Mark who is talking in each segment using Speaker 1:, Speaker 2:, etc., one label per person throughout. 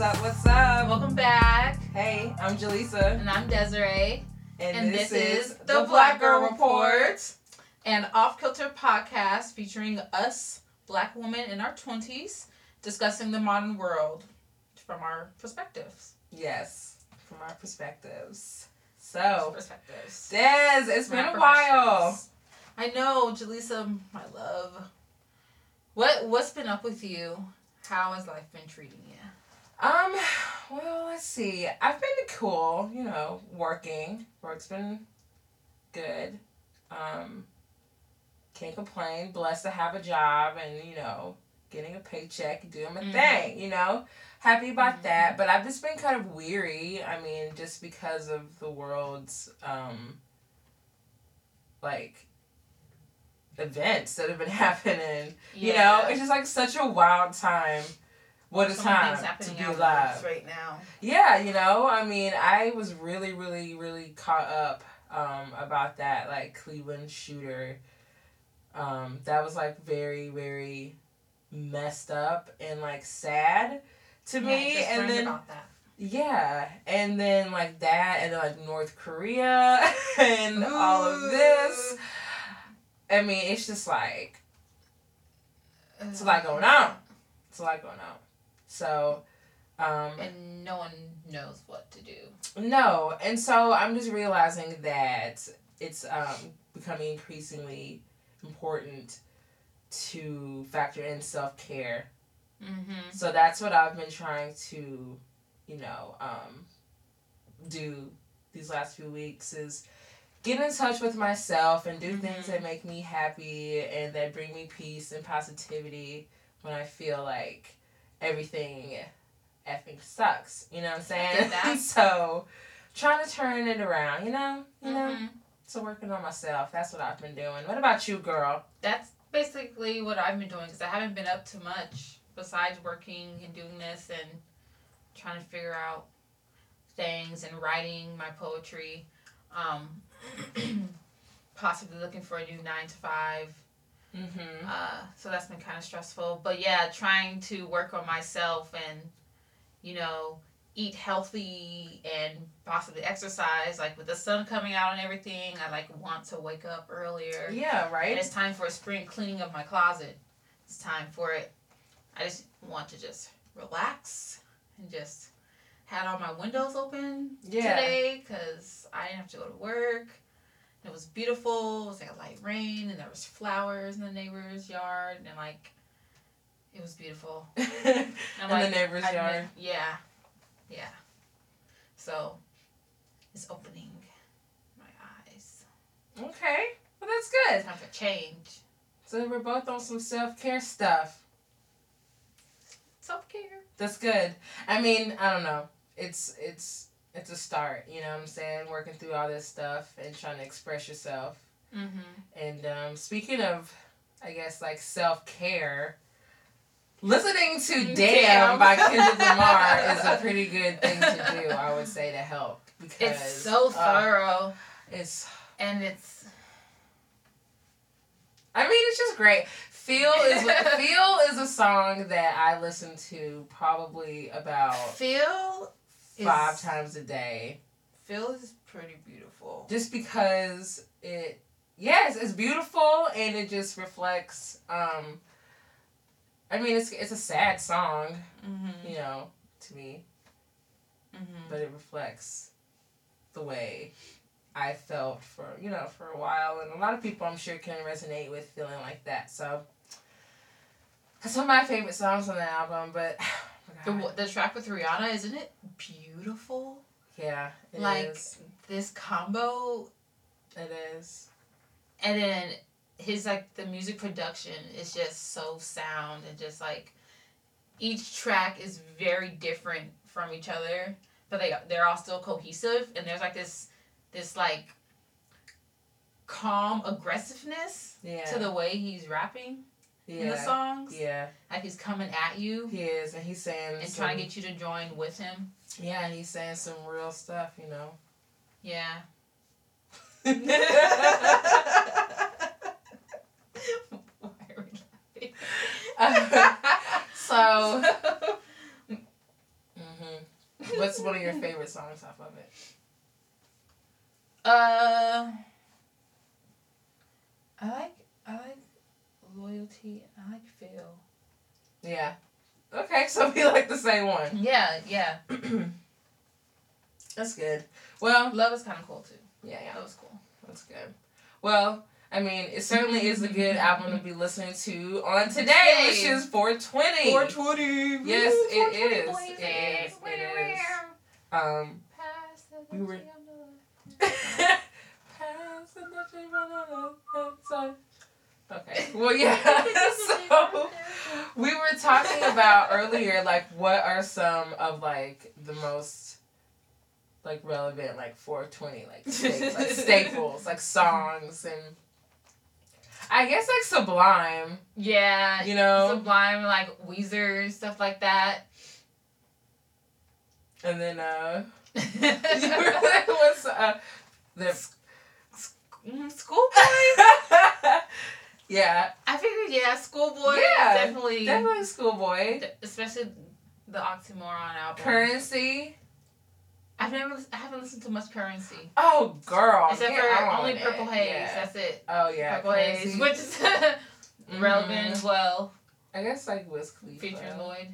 Speaker 1: up? What's up?
Speaker 2: Welcome back.
Speaker 1: Hey, I'm Jaleesa.
Speaker 2: And I'm Desiree.
Speaker 1: And,
Speaker 2: And this is The Black Girl Report. An off kilter podcast featuring us, black women in our 20s, discussing the modern world from our perspectives.
Speaker 1: Yes, from our perspectives. So,
Speaker 2: perspectives.
Speaker 1: Des, Oh. it's been
Speaker 2: Not
Speaker 1: a while.
Speaker 2: professionals. I know, Jaleesa, my love. What What's been up with you? How has life been treating you?
Speaker 1: Um, well, let's see. I've been cool, you know, working. Work's been good. Um, can't complain. Blessed to have a job and, you know, getting a paycheck, doing my
Speaker 2: Mhm.
Speaker 1: thing, you know. Happy about
Speaker 2: Mhm.
Speaker 1: that. But I've just been kind of weary. I mean, just because of the world's, um, like, events that have been happening. You know, it's just like such a wild time. What a
Speaker 2: So many
Speaker 1: time
Speaker 2: things
Speaker 1: to
Speaker 2: happening
Speaker 1: be
Speaker 2: at once
Speaker 1: alive.
Speaker 2: right now.
Speaker 1: Yeah, you know, I mean, I was really, really, really caught up um, about that like Cleveland shooter. Um, that was like very, very messed up and like sad to me.
Speaker 2: just
Speaker 1: and
Speaker 2: learned
Speaker 1: then
Speaker 2: about that.
Speaker 1: yeah, and then like that, and like North Korea and all of this. I mean, it's just like it's a lot going on. It's a lot going on. So, um,
Speaker 2: and no one knows what to do.
Speaker 1: no, and so I'm just realizing that it's um, becoming increasingly important to factor in self care.
Speaker 2: Mm-hmm.
Speaker 1: So that's what I've been trying to, you know, um, do these last few weeks is get in touch with myself and do things
Speaker 2: Mhm.
Speaker 1: that make me happy and that bring me peace and positivity when I feel like everything effing sucks. You know what I'm
Speaker 2: I
Speaker 1: saying?
Speaker 2: get that.
Speaker 1: so trying to turn it around, you know? You
Speaker 2: Mm-hmm.
Speaker 1: know? So working on myself. That's what I've been doing. What about you, girl?
Speaker 2: That's basically what I've been doing because I haven't been up to much besides working and doing this and trying to figure out things and writing my poetry. Um, possibly looking for a new nine to five.
Speaker 1: Mm-hmm.
Speaker 2: Uh, so that's been kind of stressful. But yeah, trying to work on myself and, you know, eat healthy and possibly exercise. Like with the sun coming out and everything, I like want to wake up earlier.
Speaker 1: Yeah,
Speaker 2: And
Speaker 1: right?
Speaker 2: it's time for a spring cleaning of my closet. It's time for it. I just want to just relax and just had all my windows open
Speaker 1: Yeah.
Speaker 2: today because I didn't have to go to work. It was beautiful. It was like a light rain, and there was flowers in the neighbor's yard, and like it was beautiful. And
Speaker 1: In the neighbor's
Speaker 2: I
Speaker 1: yard.
Speaker 2: mi- yeah, yeah. So it's opening my eyes.
Speaker 1: Okay. Well, that's good.
Speaker 2: It's time for change.
Speaker 1: So we're both on some self care stuff.
Speaker 2: Self care.
Speaker 1: That's good. I mean, I don't know. It's it's it's a start. You know what I'm saying? Working through all this stuff and trying to express yourself.
Speaker 2: Mm-hmm.
Speaker 1: And um, speaking of, I guess like self care. Listening to "Damn"
Speaker 2: Mm-hmm. Damn.
Speaker 1: by Kendrick Lamar is a pretty good thing to do. I would say to help because
Speaker 2: It's so
Speaker 1: uh,
Speaker 2: thorough,
Speaker 1: It's
Speaker 2: and it's
Speaker 1: I mean, it's just great. Feel is Feel is a song that I listen to probably about
Speaker 2: Phil. Is,
Speaker 1: five times a day,
Speaker 2: Phil is pretty beautiful.
Speaker 1: just because it. Yes, it's beautiful and it just reflects. Um, I mean, it's it's a sad song,
Speaker 2: Mm-hmm.
Speaker 1: you know, to me,
Speaker 2: Mm-hmm.
Speaker 1: but it reflects the way I felt for you know for a while, and a lot of people I'm sure can resonate with feeling like that. So that's one of my favorite songs on the album, but. oh
Speaker 2: The w- the track with Rihanna isn't it beautiful?
Speaker 1: yeah, it
Speaker 2: like-
Speaker 1: is.
Speaker 2: This combo,
Speaker 1: It is.
Speaker 2: and then his like the music production is just so sound and just like each track is very different from each other, but they they're all still cohesive. And there's like this this like calm aggressiveness
Speaker 1: Yeah.
Speaker 2: to the way he's rapping
Speaker 1: yeah.
Speaker 2: in the songs.
Speaker 1: Yeah,
Speaker 2: Like he's coming at you
Speaker 1: he is, and he's saying
Speaker 2: and
Speaker 1: some-
Speaker 2: trying to get you to join with him.
Speaker 1: Yeah, he's saying some real stuff, you know. mm-hmm.
Speaker 2: Yeah. Why are we laughing?
Speaker 1: so, hmm What's one of your favorite songs off of it?
Speaker 2: Uh, I like I like loyalty. I like feel.
Speaker 1: Yeah. Okay, so we like the same one.
Speaker 2: Yeah, yeah.
Speaker 1: That's good. Well,
Speaker 2: Love is kind of cool too.
Speaker 1: yeah, yeah.
Speaker 2: That was cool.
Speaker 1: That's good. Well, I mean, it certainly is a good album to be listening to on today, which is 420.
Speaker 2: twenty.
Speaker 1: Yes, it is. It is. It is. Um, We were- okay. Well, yeah. So we were talking about earlier, like, what are some of like the most like relevant like 420 like, sta- like staples like songs and I guess like Sublime,
Speaker 2: Yeah.
Speaker 1: you know,
Speaker 2: Sublime, like Weezer, and stuff like that.
Speaker 1: and then uh, what's uh, the
Speaker 2: Mm, Schoolboy.
Speaker 1: yeah,
Speaker 2: I figured, yeah, Schoolboy.
Speaker 1: Yeah,
Speaker 2: Yeah, definitely.
Speaker 1: definitely schoolboy.
Speaker 2: Especially the Oxymoron album.
Speaker 1: Currency.
Speaker 2: I've never, lis- I haven't listened to much Currency.
Speaker 1: Oh, girl.
Speaker 2: Except
Speaker 1: get
Speaker 2: for
Speaker 1: on
Speaker 2: only
Speaker 1: it.
Speaker 2: Purple Haze.
Speaker 1: Yeah.
Speaker 2: That's it.
Speaker 1: Oh yeah.
Speaker 2: Purple Haze,
Speaker 1: Currency.
Speaker 2: which is
Speaker 1: Mhm.
Speaker 2: relevant as well.
Speaker 1: I guess like Wiz Khalifa.
Speaker 2: Featuring Lloyd.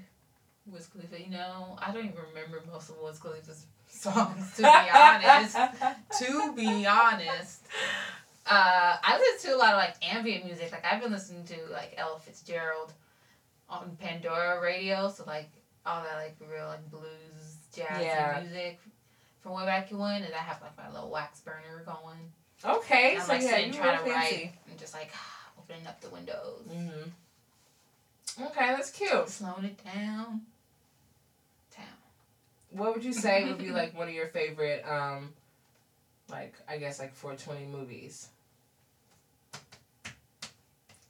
Speaker 2: Wiz Khalifa, you know, I don't even remember most of Wiz Khalifa's songs, to be honest. to be honest, uh, I listen to a lot of like ambient music. Like I've been listening to like Ella Fitzgerald on Pandora radio, so like all that like real like blues, jazz
Speaker 1: Yeah.
Speaker 2: music from way back when, and I have like my little wax burner going.
Speaker 1: okay,
Speaker 2: And I'm
Speaker 1: so
Speaker 2: like
Speaker 1: yeah,
Speaker 2: sitting
Speaker 1: you were
Speaker 2: trying to
Speaker 1: fancy.
Speaker 2: write and just like opening up the windows,
Speaker 1: Mm-hmm. Okay, that's cute.
Speaker 2: slowing it down. Town.
Speaker 1: What would you say would be like one of your favorite um like I guess like 420 movies?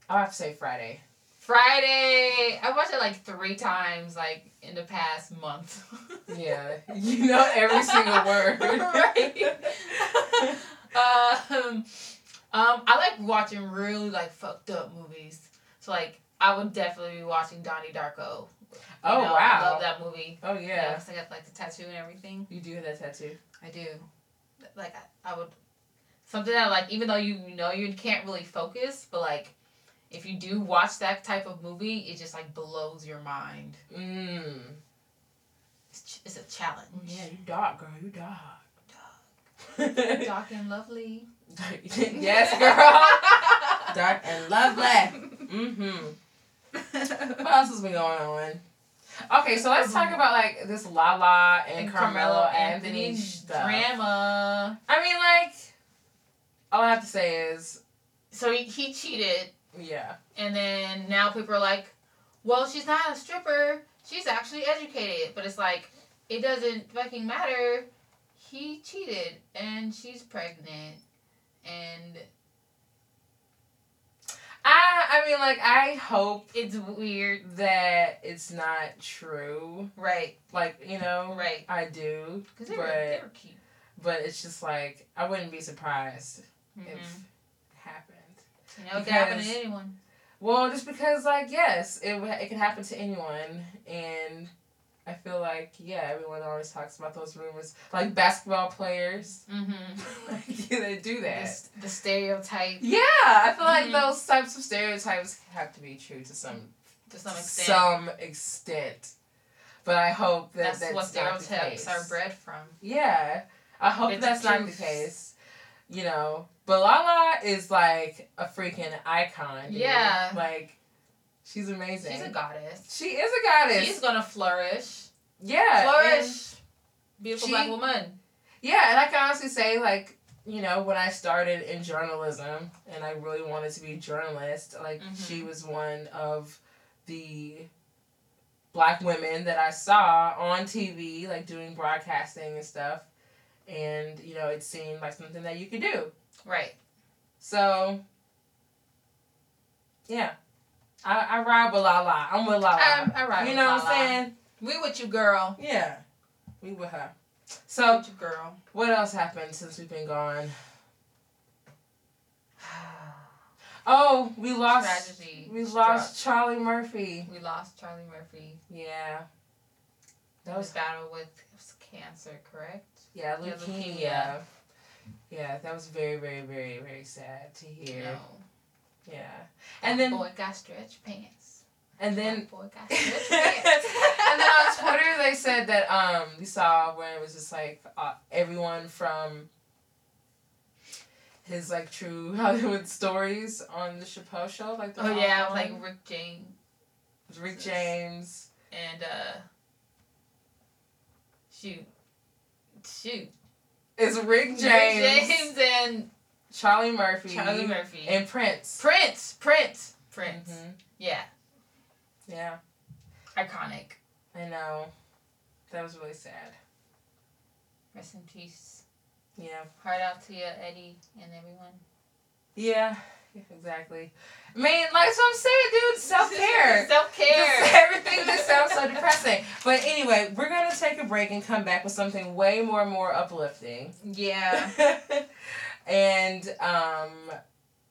Speaker 1: I'll have to say Friday.
Speaker 2: Friday. I watched it like three times, like in the past month.
Speaker 1: Yeah. You know every single word.
Speaker 2: Right. um, um, I like watching really like fucked up movies. So like, I would definitely be watching Donnie Darko. You
Speaker 1: Oh,
Speaker 2: know,
Speaker 1: wow.
Speaker 2: I love that movie.
Speaker 1: Oh
Speaker 2: Yeah,
Speaker 1: yeah.
Speaker 2: 'cause I got like the tattoo and everything.
Speaker 1: You do have that tattoo.
Speaker 2: I do. Like I, I would something that like even though you know you can't really focus, but like if you do watch that type of movie, it just like blows your mind.
Speaker 1: Mm.
Speaker 2: It's, ch- it's a challenge.
Speaker 1: Yeah, you dog, girl. You dog.
Speaker 2: Dark and lovely.
Speaker 1: yes, girl. Dark and lovely. Mm-hmm. What else has been going on? Okay, so let's talk about like this Lala and, Carmelo Anthony
Speaker 2: Anthony's
Speaker 1: stuff.
Speaker 2: Drama.
Speaker 1: I mean, like, all I have to say is,
Speaker 2: So he, he cheated,
Speaker 1: yeah,
Speaker 2: and then now people are like, well, she's not a stripper. She's actually educated. But it's like, it doesn't fucking matter. He cheated, and she's pregnant. And
Speaker 1: I I mean, like, I hope
Speaker 2: it's weird.
Speaker 1: that it's not true.
Speaker 2: Right,
Speaker 1: Like, you know,
Speaker 2: right.
Speaker 1: I do,
Speaker 2: Because they, were- they
Speaker 1: Right.
Speaker 2: were cute.
Speaker 1: but it's just like I wouldn't be surprised
Speaker 2: Mhm.
Speaker 1: if it happened.
Speaker 2: Mm-hmm. you know, it could happen to
Speaker 1: because-
Speaker 2: anyone.
Speaker 1: Well, just because, like, yes, it wa- it can happen to anyone, and I feel like yeah, everyone always talks about those rumors, like basketball players,
Speaker 2: Mm-hmm.
Speaker 1: like yeah, they do
Speaker 2: The,
Speaker 1: that.
Speaker 2: s- the stereotype
Speaker 1: Yeah, I feel like
Speaker 2: Mhm.
Speaker 1: those types of stereotypes have to be true to some
Speaker 2: to some extent.
Speaker 1: some extent, but I hope that
Speaker 2: that's,
Speaker 1: that's,
Speaker 2: what
Speaker 1: not the case.
Speaker 2: stereotypes are bred from.
Speaker 1: Yeah, I hope
Speaker 2: It's
Speaker 1: that's not the
Speaker 2: truth.
Speaker 1: case. You know, but Lala is like a freaking icon. dude.
Speaker 2: Yeah.
Speaker 1: like she's amazing.
Speaker 2: She's a goddess.
Speaker 1: She is a goddess.
Speaker 2: She's gonna flourish.
Speaker 1: yeah. and-
Speaker 2: flourish. Beautiful
Speaker 1: she-
Speaker 2: black woman.
Speaker 1: yeah, and I can honestly say, like, you know, when I started in journalism and I really wanted to be a journalist, like,
Speaker 2: Mhm.
Speaker 1: she was one of the black women that I saw on TV, like, doing broadcasting and stuff. And, you know, it seemed like something that you could do.
Speaker 2: Right.
Speaker 1: So, yeah. I, I ride with Lala. I'm with Lala.
Speaker 2: I, I ride
Speaker 1: Ah. you
Speaker 2: with
Speaker 1: know what
Speaker 2: Um, Lala.
Speaker 1: I'm saying?
Speaker 2: We with you, girl.
Speaker 1: Yeah, we with her.
Speaker 2: We
Speaker 1: So,
Speaker 2: with you, girl.
Speaker 1: what else happened since we've been gone? Oh, we lost.
Speaker 2: Tragedy.
Speaker 1: We lost Charlie Murphy.
Speaker 2: We lost Charlie Murphy.
Speaker 1: Yeah, That was
Speaker 3: battle with cancer, correct?
Speaker 1: yeah,
Speaker 3: Yeah,
Speaker 1: leukemia.
Speaker 3: leukemia.
Speaker 1: Yeah, that was very, very, very, very sad to hear.
Speaker 3: No.
Speaker 1: Yeah, and then
Speaker 3: boy got stretch pants.
Speaker 1: and then
Speaker 3: That boy got
Speaker 1: and
Speaker 3: stretch pants.
Speaker 1: then on Twitter, they said that um we saw where it was just like uh, everyone from his like true Hollywood stories on the Chappelle show, like the
Speaker 3: Oh yeah,
Speaker 1: Hot
Speaker 3: like
Speaker 1: One,
Speaker 3: Rick James
Speaker 1: Rick James.
Speaker 3: and uh shoot. Shoot.
Speaker 1: It's Rick
Speaker 3: Rick
Speaker 1: James,
Speaker 3: James and
Speaker 1: Charlie Murphy,
Speaker 3: Charlie Murphy.
Speaker 1: and Prince.
Speaker 3: Prince. Prince. Prince.
Speaker 1: Mhm.
Speaker 3: Yeah.
Speaker 1: Yeah,
Speaker 3: Iconic.
Speaker 1: I know. That was really sad.
Speaker 3: Rest in peace.
Speaker 1: Yeah.
Speaker 3: Heart out to you, Eddie, and everyone.
Speaker 1: Yeah. Exactly. I mean, like so I'm saying, dude, self care.
Speaker 3: Self
Speaker 1: Just
Speaker 3: care.
Speaker 1: everything that sounds so depressing. But anyway, we're gonna take a break and come back with something way more more uplifting.
Speaker 3: Yeah.
Speaker 1: and um,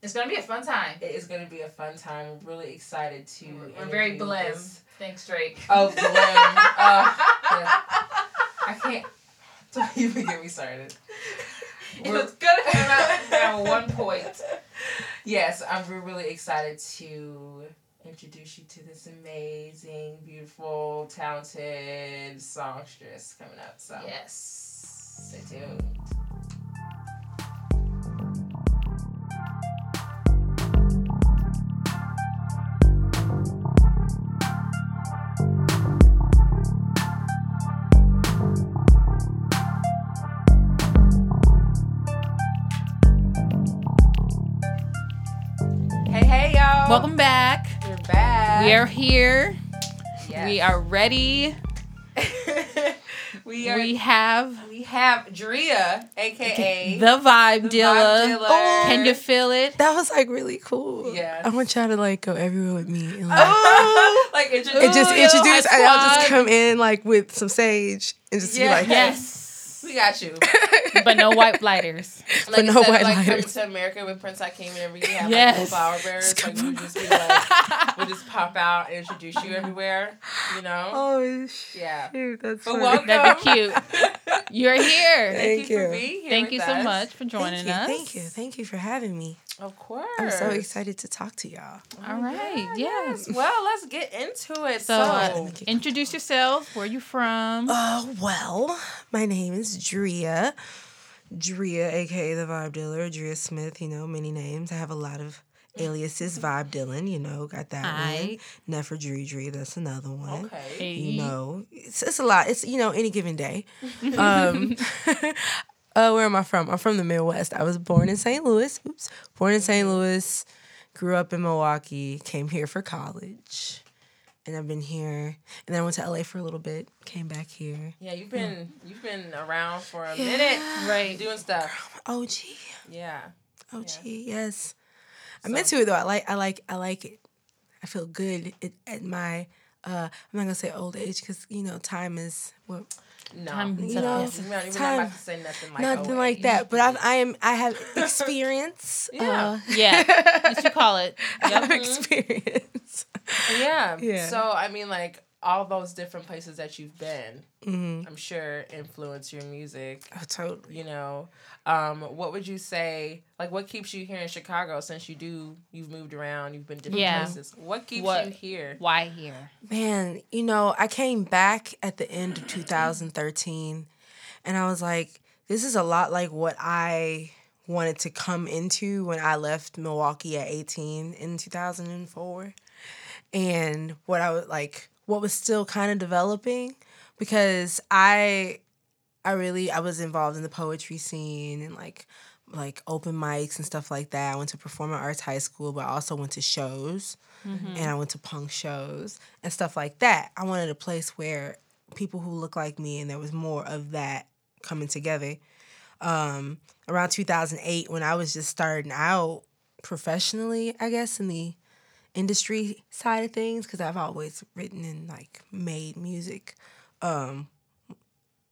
Speaker 3: It's gonna be a fun time.
Speaker 1: it is gonna be a fun time. We're really excited to.
Speaker 3: We're very
Speaker 1: interview
Speaker 3: blim.
Speaker 1: this-
Speaker 3: Thanks, Drake.
Speaker 1: Oh, blim. Uh, yeah. I can't. Don't even get me started.
Speaker 3: It
Speaker 1: We're-
Speaker 3: was good for about, about one point.
Speaker 1: Yes, I'm we're really excited to introduce you to this amazing, beautiful, talented songstress coming up. So
Speaker 3: Yes.
Speaker 1: stay tuned. Hey, hey, y'all.
Speaker 2: Welcome back.
Speaker 1: We're back.
Speaker 2: We are here.
Speaker 1: Yes.
Speaker 2: We are ready.
Speaker 1: we are.
Speaker 2: We
Speaker 1: We,
Speaker 2: have
Speaker 1: have Drea, aka.
Speaker 2: the vibe
Speaker 1: The
Speaker 2: dealer.
Speaker 1: Vibe Dealer.
Speaker 2: Can you feel it?
Speaker 4: That was like really cool.
Speaker 1: Yes.
Speaker 4: I want y'all to like go everywhere with me and like,
Speaker 1: Oh, like introduce.
Speaker 4: and just
Speaker 2: Ooh,
Speaker 4: introduce.
Speaker 2: yo,
Speaker 4: And I'll
Speaker 2: squad.
Speaker 4: just come in like with some sage and just
Speaker 1: Yeah.
Speaker 4: be like,
Speaker 2: Yes.
Speaker 1: We got you.
Speaker 2: but no white lighters.
Speaker 1: Like
Speaker 4: no
Speaker 1: instead of
Speaker 4: white
Speaker 1: like coming
Speaker 4: lighters.
Speaker 1: to America with Prince Hakeem and you have like
Speaker 2: Yes.
Speaker 1: the flower bearers, like we would just be like, we'll just pop out and introduce you everywhere, you know?
Speaker 4: oh shit,
Speaker 1: Yeah. But
Speaker 4: that's funny.
Speaker 1: welcome.
Speaker 2: That'd be cute.
Speaker 1: Thank,
Speaker 2: You're here.
Speaker 4: Thank
Speaker 1: you for
Speaker 4: you.
Speaker 1: being here.
Speaker 2: Thank
Speaker 1: with
Speaker 2: you so
Speaker 1: us.
Speaker 2: much for joining
Speaker 4: Thank you,
Speaker 2: us.
Speaker 4: thank you, thank you for having me.
Speaker 1: Of course.
Speaker 4: I'm so excited to talk to y'all.
Speaker 2: All right.
Speaker 1: Yeah,
Speaker 2: Yes.
Speaker 1: Well, let's get into it.
Speaker 2: So,
Speaker 1: So,
Speaker 2: uh,
Speaker 4: So-
Speaker 2: introduce yourself. Where you from?
Speaker 4: Uh, well, my name is Drea. Drea, aka the Vibe Dealer, Drea Smith, you know, many names. I have a lot of aliases. Vibe Dylan, you know, got that
Speaker 2: Aight.
Speaker 4: one. Nefer Dree Dree, that's another
Speaker 2: uh,
Speaker 4: one.
Speaker 1: okay.
Speaker 2: Hey.
Speaker 4: You know, it's, it's a lot. It's, you know, any given day. Um, uh, where am I from? I'm from the Midwest. I was born in St. Louis. Oops. Born in St. Louis, grew up in Milwaukee, came here for college. And I've been here. And then I went to LA for a little bit, came back here.
Speaker 1: Yeah, you've been you've been around for a minute,
Speaker 2: Right.
Speaker 1: doing stuff.
Speaker 4: OG.
Speaker 1: Yeah.
Speaker 4: OG, yes. I'm into it though. I like I like I like it. I feel good at, at my uh I'm not gonna say old age because you know time is well,
Speaker 1: No.
Speaker 2: Time-
Speaker 1: no.
Speaker 4: you know
Speaker 1: We're not, we're not
Speaker 4: time
Speaker 1: about to say nothing like
Speaker 4: nothing
Speaker 1: oh,
Speaker 4: like that. But I've, I am I have experience.
Speaker 1: Yeah.
Speaker 4: uh,
Speaker 2: Yeah. What you call it?
Speaker 4: I have
Speaker 2: Yep.
Speaker 4: experience.
Speaker 1: Yeah.
Speaker 4: Yeah.
Speaker 1: So I mean, like all those different places that you've been,
Speaker 4: hmm
Speaker 1: I'm sure influence your music.
Speaker 4: Oh, totally.
Speaker 1: You know, um, what would you say? Like, what keeps you here in Chicago? Since you do, you've moved around, you've been different
Speaker 2: Yeah.
Speaker 1: places. What keeps
Speaker 2: What-
Speaker 1: you here?
Speaker 2: Why here?
Speaker 4: Man, you know, I came back at the end of 2013 and I was like, this is a lot like what I wanted to come into when I left Milwaukee at 18 in 2004. And what I was like, what was still kind of developing because I I really I was involved in the poetry scene and like like open mics and stuff like that. I went to performing arts high school, but I also went to shows and I went to punk shows and stuff like that. I wanted a place where people who look like me and there was more of that coming together. Um, around 2008, when I was just starting out professionally, I guess in the industry side of things, because I've always written and like made music. Um,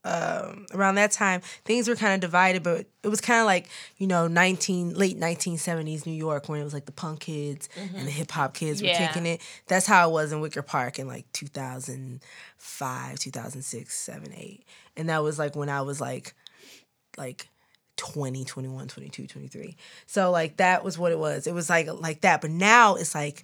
Speaker 4: um, around that time, things were kind of divided, but it was kind of like you know nineteen late nineteen seventies New York when it was like the punk kids and the hip hop kids were
Speaker 2: Yeah.
Speaker 4: kicking it. That's how it was in Wicker Park in like two thousand five, two thousand six, seven, eight, and that was like when I was like like 20 21 22 23 so like that was what it was it was like like that but now it's like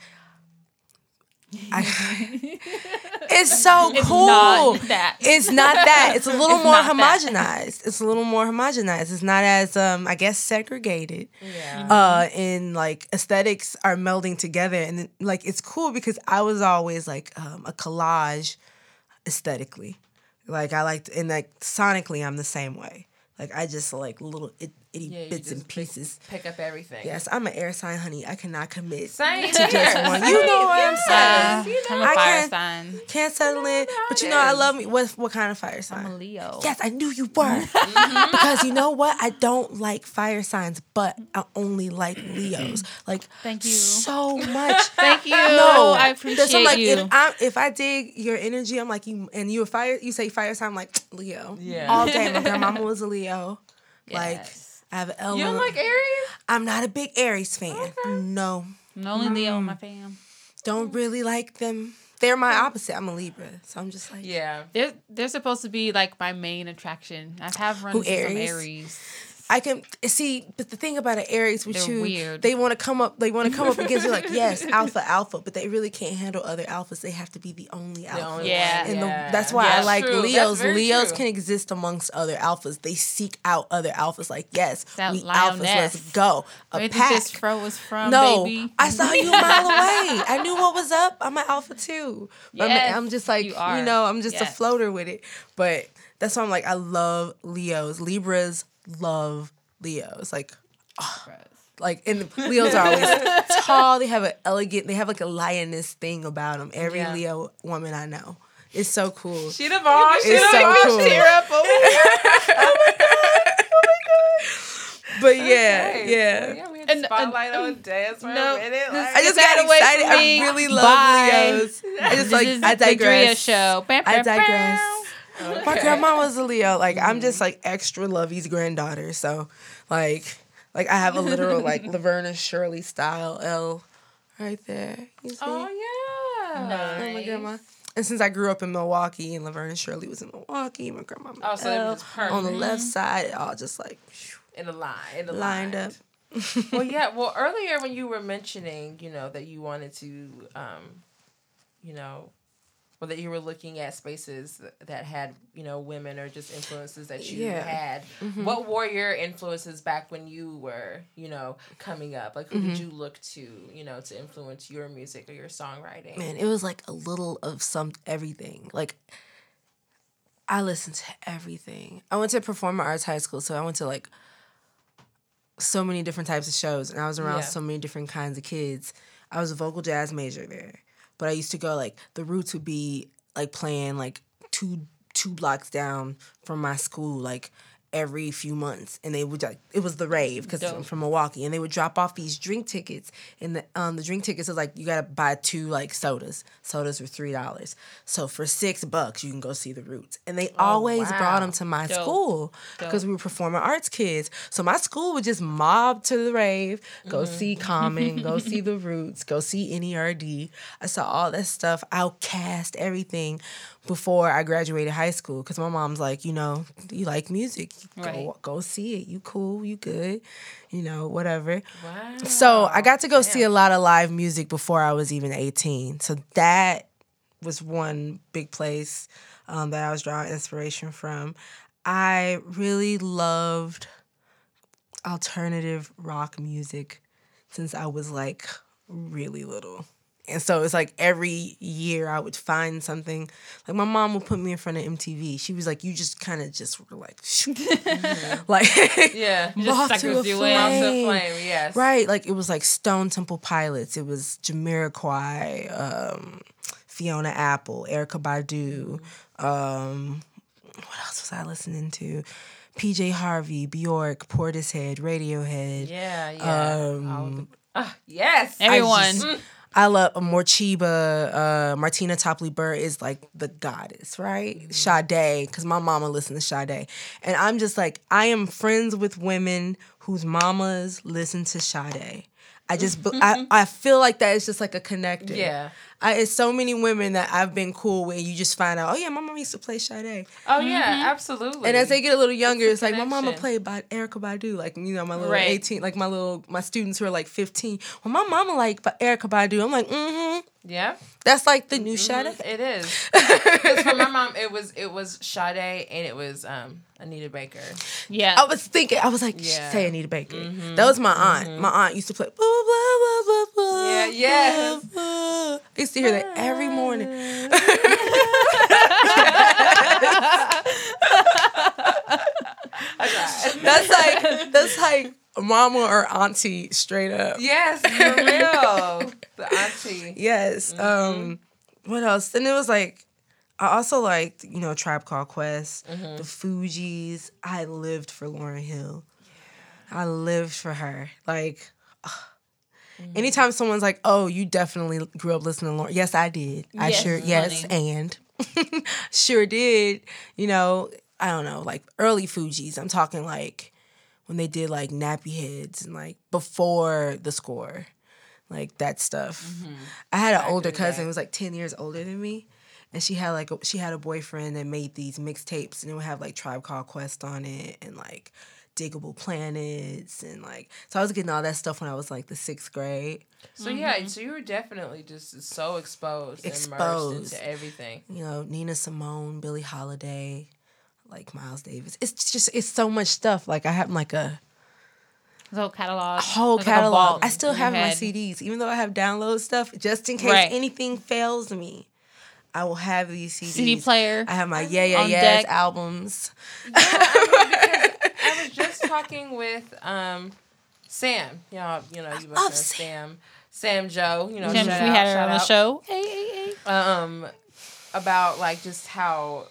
Speaker 4: I, it's so cool
Speaker 2: Not that.
Speaker 4: it's not that. It's a little
Speaker 2: It's
Speaker 4: more
Speaker 2: not that.
Speaker 4: homogenized. It's a little more homogenized. It's not as um I guess segregated.
Speaker 1: Yeah.
Speaker 4: Uh and like aesthetics are melding together and it- like it's cool because I was always like um a collage aesthetically. Like I liked and like sonically I'm the same way. Like I just like little it, itty
Speaker 1: Yeah, you
Speaker 4: bits and
Speaker 1: just pick-
Speaker 4: pieces.
Speaker 1: Pick up everything.
Speaker 4: Yes, I'm an air sign, honey. I cannot commit.
Speaker 1: Same
Speaker 4: To just
Speaker 1: here.
Speaker 4: one. You know what I'm
Speaker 2: Uh,
Speaker 4: saying.
Speaker 1: You
Speaker 2: I'm
Speaker 1: know.
Speaker 2: a
Speaker 4: I
Speaker 2: fire
Speaker 4: can't-
Speaker 2: sign.
Speaker 4: Can't settle it. But you know I love me. What what kind of fire sign?
Speaker 2: I'm a Leo. Mm-hmm.
Speaker 4: Yes, I knew you were. because you know what? I don't like fire signs, but I only like Leos. Like
Speaker 2: Mm. Thank you.
Speaker 4: so much.
Speaker 2: Thank you.
Speaker 4: No,
Speaker 2: I
Speaker 4: That's- I'm
Speaker 2: appreciate
Speaker 4: like,
Speaker 2: you.
Speaker 4: If I, if I dig your energy, I'm like you, and you a fire. You say fire sign, I'm like Leo.
Speaker 1: Yeah.
Speaker 4: All day. My grandmama was a Leo.
Speaker 2: Yes.
Speaker 4: Like I have an L.
Speaker 1: You don't like Aries?
Speaker 4: I'm not a big Aries fan. No,
Speaker 2: I'm the only Leo in my fam.
Speaker 1: Hmm.
Speaker 4: don't really like them. They're my opposite. I'm a Libra, so I'm just like
Speaker 1: Yeah.
Speaker 2: They're they're supposed to be like my main attraction. I have run
Speaker 4: Who,
Speaker 2: into some
Speaker 4: Aries?
Speaker 2: Aries.
Speaker 4: I can see, but the thing about an Aries with
Speaker 2: They're
Speaker 4: you,
Speaker 2: weird.
Speaker 4: they want to come up. They want to come up against you, like yes, alpha, alpha, but they really can't handle other alphas. They have to be the only alpha.
Speaker 1: only
Speaker 2: Yeah.
Speaker 1: one,
Speaker 4: And the,
Speaker 1: yeah.
Speaker 4: that's why
Speaker 2: Yeah,
Speaker 4: I
Speaker 2: that's
Speaker 4: like
Speaker 1: true. That's
Speaker 4: Leos.
Speaker 1: very
Speaker 4: Leos
Speaker 1: true.
Speaker 4: can exist amongst other alphas. They seek out other alphas. Like yes,
Speaker 2: That
Speaker 4: we alphas.
Speaker 2: lioness.
Speaker 4: Let's go. A
Speaker 2: Where did
Speaker 4: pack.
Speaker 2: this fro was from,
Speaker 4: no,
Speaker 2: baby?
Speaker 4: I saw you a mile away. I knew what was up. I'm an alpha too. But
Speaker 2: Yes,
Speaker 4: I'm, I'm just like
Speaker 2: you
Speaker 4: you,
Speaker 2: are.
Speaker 4: know. I'm just a
Speaker 2: Yes.
Speaker 4: floater with it. But that's why I'm like I love Leos. Libras love Leos. Like like and the Leos are always tall. They have an elegant. They have like a lioness thing about them. Every
Speaker 1: Yeah.
Speaker 4: Leo woman I know, it's so cool.
Speaker 1: She the boss. She
Speaker 4: It's
Speaker 1: the
Speaker 4: so
Speaker 1: boss.
Speaker 4: cool.
Speaker 1: Tear up over here.
Speaker 4: But yeah,
Speaker 1: Hey,
Speaker 4: yeah.
Speaker 1: Yeah, we had
Speaker 2: And-
Speaker 1: spotlight
Speaker 2: and-
Speaker 1: on dance for
Speaker 2: no,
Speaker 1: a minute.
Speaker 2: this-
Speaker 1: Like,
Speaker 4: I just
Speaker 2: Get
Speaker 4: got
Speaker 2: away from
Speaker 4: excited.
Speaker 2: me.
Speaker 4: I really love
Speaker 2: Bye.
Speaker 4: Leos. I just
Speaker 2: This
Speaker 4: like
Speaker 2: is
Speaker 4: I
Speaker 2: the Drea
Speaker 4: digress.
Speaker 2: show. Bam,
Speaker 4: I
Speaker 2: bam, bam.
Speaker 4: digress. My
Speaker 1: Okay. Mm.
Speaker 4: grandma was a Leo. Like I'm just like extra Lovey's granddaughter. So like like I have a literal like Laverna Shirley style L right there. You see?
Speaker 1: oh yeah.
Speaker 3: Nice.
Speaker 4: Oh, my grandma. And since I grew up in Milwaukee and Laverne and Shirley was in Milwaukee, my grandma
Speaker 1: Oh, so it was perfect.
Speaker 4: on the left side, it all just like
Speaker 1: in a line, in a
Speaker 4: lined
Speaker 1: line.
Speaker 4: up.
Speaker 1: well, yeah. Well, earlier when you were mentioning, you know, that you wanted to, um, you know, or that you were looking at spaces that had, you know, women or just influences that you
Speaker 4: Yeah. Mm-hmm.
Speaker 1: had. What were your influences back when you were, you know, coming up? Like, who
Speaker 4: Mm-hmm.
Speaker 1: did you look to, you know, to influence your music or your songwriting?
Speaker 4: Man, it was like a little of some everything. Like I listened to everything. I went to perform arts high school, so I went to like so many different types of shows, and I was around
Speaker 1: Yeah.
Speaker 4: so many different kinds of kids. I was a vocal jazz major there, but I used to go like the roots would be like playing like two two blocks down from my school, like every few months, and they would like it was the rave because I'm
Speaker 2: Dope.
Speaker 4: from Milwaukee, and they would drop off these drink tickets, and the um the drink tickets is like you gotta buy two like sodas. Sodas were three dollars, so for six bucks you can go see the roots, and they always brought 'em brought
Speaker 1: wow.
Speaker 4: them to my
Speaker 2: Oh, Dope.
Speaker 4: school because we were performing arts kids. So my school would just mob to the rave, go
Speaker 2: Mm-hmm.
Speaker 4: see Common, go see The Roots, go see NERD. I saw all that stuff, outcast everything before I graduated high school because my mom's like, you know, you like music, go,
Speaker 2: Right.
Speaker 4: go see it. You cool, you good, you know, whatever.
Speaker 1: Wow.
Speaker 4: So I got to go see a lot of live music before I was even 18. So that was one big place um, that I was drawing inspiration from. I really loved alternative rock music since I was like really little. And so it's like every year I would find something. Like my mom would put me in front of MTV. She was like, "You just kind of just were like, like
Speaker 1: yeah.
Speaker 2: Just
Speaker 4: Moth
Speaker 2: suckers
Speaker 4: to a
Speaker 2: you in.
Speaker 1: Moth to
Speaker 4: flame.
Speaker 1: flame. Yes.
Speaker 4: Right, like it was like Stone Temple Pilots, it was Jamiroquai, um, Fiona Apple, Erica Badu. Um, what else was I listening to? PJ Harvey, Bjork, Portishead, Radiohead.
Speaker 1: Yeah. Yeah. All of
Speaker 4: Um,
Speaker 1: the- Ah, yes.
Speaker 4: I
Speaker 2: Everyone.
Speaker 4: just- I love Morchiba. Uh, Martina Topley Burr is like the goddess, right? Sade, because my mama listens to Sade, and I'm just like, I am friends with women whose mamas listen to Sade. I just, be- I, I feel like that is just like a connector.
Speaker 1: Yeah.
Speaker 4: I, it's so many women that I've been cool with. You just find out, oh yeah, my mama used to play Sade.
Speaker 1: Oh yeah, absolutely.
Speaker 4: And as they get a little younger, it's, like my mama
Speaker 1: connection.
Speaker 4: played by Erica Badu, like you know my little
Speaker 2: Right.
Speaker 4: eighteen, like my little my students who are like fifteen. Well, my mama like by Erica Badu. I'm like, mm-hmm.
Speaker 1: yeah,
Speaker 4: That's like the new Sade.
Speaker 1: it is. Mm-hmm. 'Cause for my mom, it was it was Sade and it was um, Anita Baker.
Speaker 2: Yeah.
Speaker 4: I was thinking, I was like,
Speaker 1: Yeah. Mm-hmm.
Speaker 4: say Anita Baker. That was my aunt. My aunt used to play. Blah, blah, blah, blah, blah,
Speaker 1: Yeah, yes. Ah.
Speaker 4: blah, blah." I used to hear that every morning. that's like that's like mama or auntie straight up.
Speaker 1: Yes, for real. The auntie.
Speaker 4: Yes. Um, what else? And it was like I also liked, you know, Tribe Called Quest, the Fugees. I lived for Lauren Hill. I lived for her. Like ugh. anytime someone's like, "Oh, you definitely grew up listening to Lauren." Yes, I did. I
Speaker 2: Yes,
Speaker 4: sure. Yes, and sure did. You know, I don't know, like early Fugees. I'm talking like when they did like Nappy Heads and like before the score, like that stuff. I had an older cousin who was like ten years older than me, and she had like a, she had a boyfriend that made these mixtapes, and it would have like Tribe Called Quest on it, and like Diggable Planets, and like so I was getting all that stuff when I was like the sixth grade.
Speaker 1: So yeah, so you were definitely just so exposed, and
Speaker 4: Exposed.
Speaker 1: immersed into everything.
Speaker 4: You know, Nina Simone, Billie Holiday, like Miles Davis. It's just it's so much stuff. Like I have like a
Speaker 2: This whole catalog.
Speaker 4: whole
Speaker 2: like a
Speaker 4: catalog.
Speaker 2: vault
Speaker 4: I still
Speaker 2: in your
Speaker 4: have my
Speaker 2: head.
Speaker 4: CDs, even though I have download stuff, just in case
Speaker 2: Right.
Speaker 4: anything fails me. I will have these CDs.
Speaker 2: CD player.
Speaker 4: I have my Yeah Yeah
Speaker 2: On
Speaker 4: Yeahs
Speaker 2: deck.
Speaker 4: albums.
Speaker 1: I was just talking with um, Sam. Y'all, you know, you must know
Speaker 4: love
Speaker 1: Sam. Sam Joe, you know,
Speaker 2: Tim, we
Speaker 1: shout out,
Speaker 2: had her
Speaker 1: shout
Speaker 2: on the
Speaker 1: out.
Speaker 2: show. Hey, hey, hey.
Speaker 1: um about like just how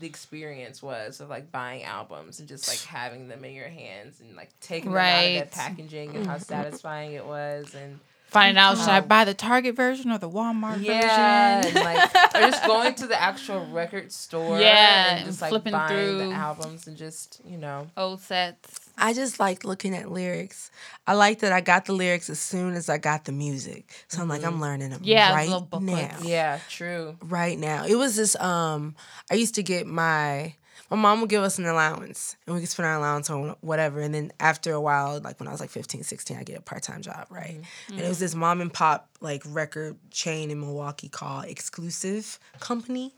Speaker 1: the experience was of like buying albums and just like having them in your hands and like taking them out
Speaker 2: Right.
Speaker 1: of that packaging and how satisfying it was and
Speaker 2: Finding out should I
Speaker 1: Um,
Speaker 2: buy the Target version or the Walmart
Speaker 1: yeah and,
Speaker 2: version?
Speaker 1: like or just going to the actual record store
Speaker 2: Yeah,
Speaker 1: and
Speaker 2: and
Speaker 1: just like
Speaker 2: flipping
Speaker 1: buying
Speaker 2: through.
Speaker 1: the albums and just you know
Speaker 2: old sets.
Speaker 4: I just like looking at lyrics. I like that I got the lyrics as soon as I got the music. So I'm like, I'm learning them
Speaker 2: Mm-hmm. Yeah, the
Speaker 4: right
Speaker 2: little booklets.
Speaker 4: now.
Speaker 1: yeah true
Speaker 4: right now. It was this um I used to get my my mom would give us an allowance and we could spend our allowance on whatever and then after a while like when I was like 15, 16, I get a part-time job, right? And it was this mom and pop like record chain in Milwaukee called Exclusive Company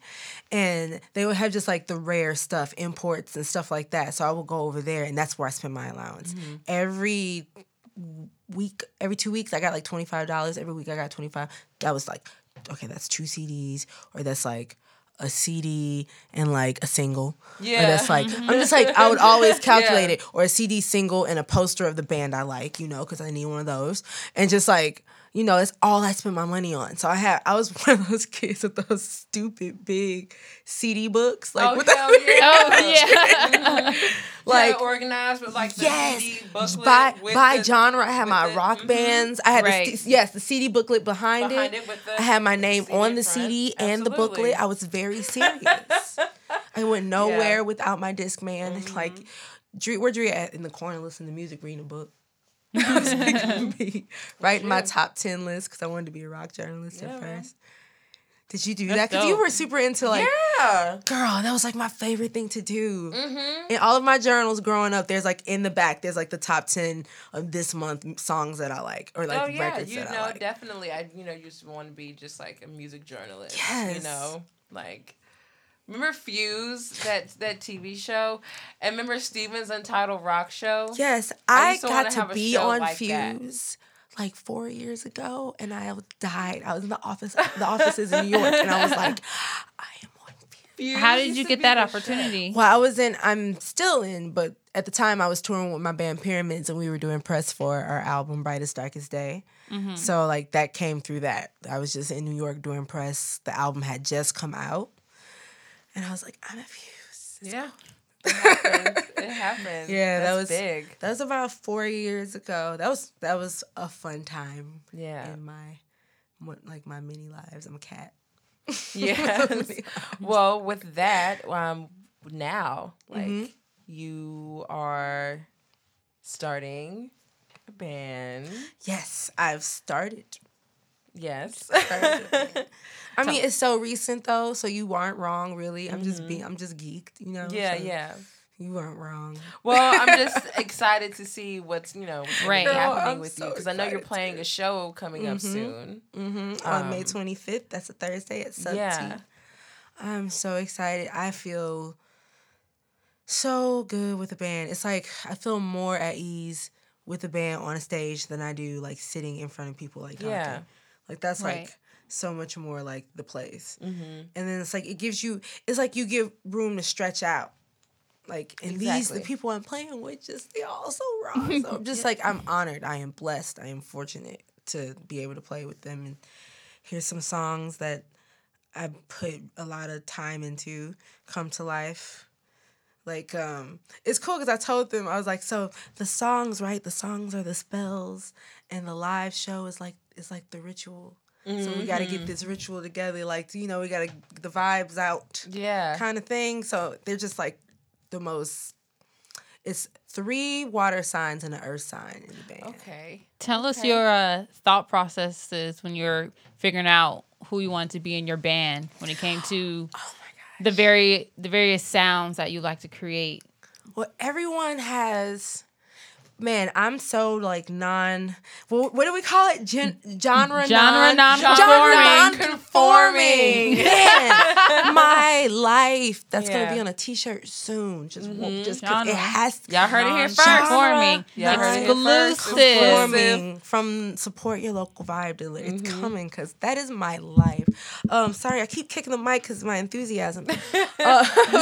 Speaker 4: and they would have just like the rare stuff, imports and stuff like that. So I would go over there and that's where I spend my allowance. Every week every two weeks i got like $25 every week i got 25 that was like okay that's two cds or that's like a cd and like a single yeah or that's like i'm just like i would always calculate it or a cd single and a poster of the band i like you know because i need one of those and just like you know it's all i spent my money on so i had i was one of those kids with those stupid big cd books like
Speaker 1: oh,
Speaker 4: with
Speaker 1: hell
Speaker 4: the,
Speaker 1: yeah.
Speaker 2: Oh yeah.
Speaker 1: like
Speaker 4: like
Speaker 1: organized with like the
Speaker 4: Yes.
Speaker 1: CD booklet
Speaker 4: by
Speaker 1: with
Speaker 4: by
Speaker 1: the-
Speaker 4: genre. I had
Speaker 1: with
Speaker 4: my
Speaker 1: the-
Speaker 4: rock
Speaker 1: mhm.
Speaker 4: bands. I had the
Speaker 2: Right.
Speaker 4: C- yes, the CD booklet behind,
Speaker 1: Behind
Speaker 4: it.
Speaker 1: it with the-
Speaker 4: I had my
Speaker 1: with the
Speaker 4: name
Speaker 1: CD
Speaker 4: on
Speaker 1: in
Speaker 4: the
Speaker 1: front.
Speaker 4: CD and the
Speaker 1: Absolutely.
Speaker 4: booklet. I was very serious. I went nowhere without my disc man. Like,
Speaker 1: Mm-hmm.
Speaker 4: Dre, where Dre at in the corner listening to music, reading a book. I was like, me, writing my top ten list because I wanted to be a rock journalist
Speaker 1: Yeah,
Speaker 4: at
Speaker 1: man.
Speaker 4: first. Did you do
Speaker 2: That's
Speaker 4: that? Because you
Speaker 2: dope.
Speaker 4: were super into like
Speaker 1: yeah
Speaker 4: girl, that was like my favorite thing to do.
Speaker 1: Mhm.
Speaker 4: In all of my journals growing up, there's like in the back, there's like the top 10 of this month songs that I like or like
Speaker 1: oh yeah,
Speaker 4: records
Speaker 1: you
Speaker 4: that
Speaker 1: know,
Speaker 4: I like.
Speaker 1: definitely. I you know used to want to be just like a music journalist.
Speaker 4: Yes.
Speaker 1: You know, like remember Fuse that that TV show, and remember Steven's Untitled Rock Show.
Speaker 4: yes,
Speaker 1: I
Speaker 4: I,
Speaker 1: used to wanna
Speaker 4: got to
Speaker 1: have a
Speaker 4: be
Speaker 1: show
Speaker 4: on
Speaker 1: like that.
Speaker 4: Fuse like four years ago and I died. I was in the office, the offices in New York, and I was like, I am on Fuse.
Speaker 1: Fuse
Speaker 2: How did
Speaker 1: used
Speaker 2: you
Speaker 1: to
Speaker 2: get
Speaker 1: be
Speaker 2: that
Speaker 1: the
Speaker 2: opportunity?
Speaker 4: Well, I was in, I'm still in, but at the time I was touring with my band Pyramids and we were doing press for our album Brightest Darkest Day. So, like, that came through that. I was just in New York doing press. The album had just come out. And I was like, I'm a fuse.
Speaker 1: shit. Yeah. It happens. It happens.
Speaker 4: Yeah, that
Speaker 1: That's
Speaker 4: was-
Speaker 1: big.
Speaker 4: That was about four years ago. That was that was a fun time
Speaker 1: Yeah.
Speaker 4: in my what like my mini lives. I'm a cat.
Speaker 1: Yes. well, with that, um, now like
Speaker 4: Mm-hmm.
Speaker 1: you are starting a band.
Speaker 4: Yes, I've started.
Speaker 1: Yes.
Speaker 4: Oh, I mean, it's so recent though, so you weren't wrong, really. I'm just being, I'm just geeked, you know.
Speaker 1: Mm-hmm. yeah,
Speaker 4: so
Speaker 1: yeah.
Speaker 4: You weren't wrong.
Speaker 1: Well, I'm just excited to see what's you know what's gonna
Speaker 2: Right.
Speaker 1: be
Speaker 2: Girl,
Speaker 1: happening
Speaker 4: Oh, I'm
Speaker 1: with
Speaker 4: so
Speaker 1: you because I know you're
Speaker 4: excited,
Speaker 1: playing
Speaker 4: too. Mm-hmm.
Speaker 1: a show coming up soon.
Speaker 4: hmm on May
Speaker 1: Um,
Speaker 4: 25th, that's a Thursday at Sub
Speaker 1: yeah.
Speaker 4: Tea. I'm so excited. I feel so good with the band. It's like I feel more at ease with the band on a stage than I do like sitting in front of people like talking.
Speaker 1: Yeah.
Speaker 4: Like that's
Speaker 2: Right.
Speaker 4: like so much more like the place.
Speaker 1: Mm-hmm.
Speaker 4: and then it's like it gives you it's like you give room to stretch out like and these the
Speaker 1: Exactly.
Speaker 4: people i'm playing with just they all so raw so i'm just like i'm honored i am blessed i am fortunate to be able to play with them and hear some songs that i put a lot of time into come to life like um it's cool because i told them i was like so the songs right the songs are the spells and the live show is like is like the ritual so we got to get this ritual together. Like, you know, we got to the vibes out
Speaker 1: Yeah.
Speaker 4: kind of thing. So they're just like the most. It's three water signs and an earth sign in the band.
Speaker 1: Okay.
Speaker 2: Tell us your uh, thought processes when you're figuring out who you want to be in your band when it came to
Speaker 1: Oh
Speaker 2: the very the various sounds that you like to create.
Speaker 4: Well, everyone has. Man, I'm so like non. Well, what do we call it? Gen- genre
Speaker 2: Genre
Speaker 4: non-
Speaker 2: non-conforming.
Speaker 4: Genre non-conforming. Man, my life. That's
Speaker 1: Yeah. Mm-hmm.
Speaker 4: gonna be on a T-shirt soon. Just, just 'cause
Speaker 2: Genre.
Speaker 4: it has. to
Speaker 1: Y'all heard it here first.
Speaker 2: Non-conforming.
Speaker 1: Y'all heard it here first.
Speaker 2: Exclusive.
Speaker 4: performing from support your local vibe dealer. It's coming because that is my life. Um, sorry, I keep kicking the mic because my enthusiasm.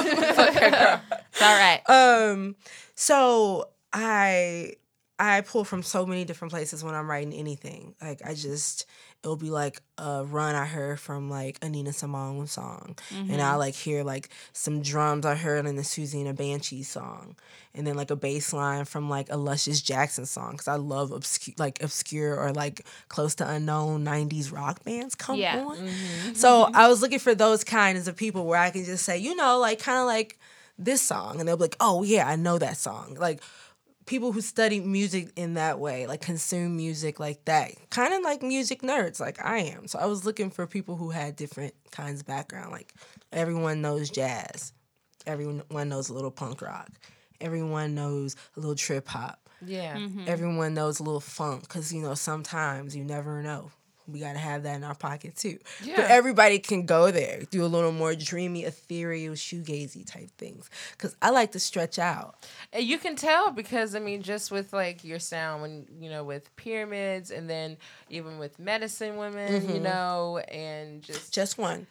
Speaker 2: It's all right.
Speaker 4: um, so I I pull from so many different places when I'm writing anything. Like I just it'll be like a run I heard from like a Nina Simone song, and I like hear like some drums I heard in the Susanna Banshee song, and then like a bass line from like a Luscious Jackson song because I love obscure like obscure or like close to unknown '90s rock bands. Come
Speaker 2: Yeah.
Speaker 4: on, so I was looking for those kinds of people where I can just say, you know, like kind of like this song, and they'll be like, oh yeah, I know that song, like people who study music in that way, like consume music like that, kind of like music nerds, like I am. So I was looking for people who had different kinds of background. Like everyone knows jazz, everyone knows a little punk rock, everyone knows a little trip hop,
Speaker 1: Yeah.
Speaker 4: Mm-hmm. everyone knows a little funk, because you know sometimes you never know. We gotta have that in our pocket too.
Speaker 1: Yeah.
Speaker 4: But everybody can go there, do a little more dreamy, ethereal, shoegazy type things. Cause I like to stretch out.
Speaker 1: And You can tell because I mean, just with like your sound, when you know, with pyramids, and then even with medicine women, you know, and just um,
Speaker 4: Mm-hmm. Just one.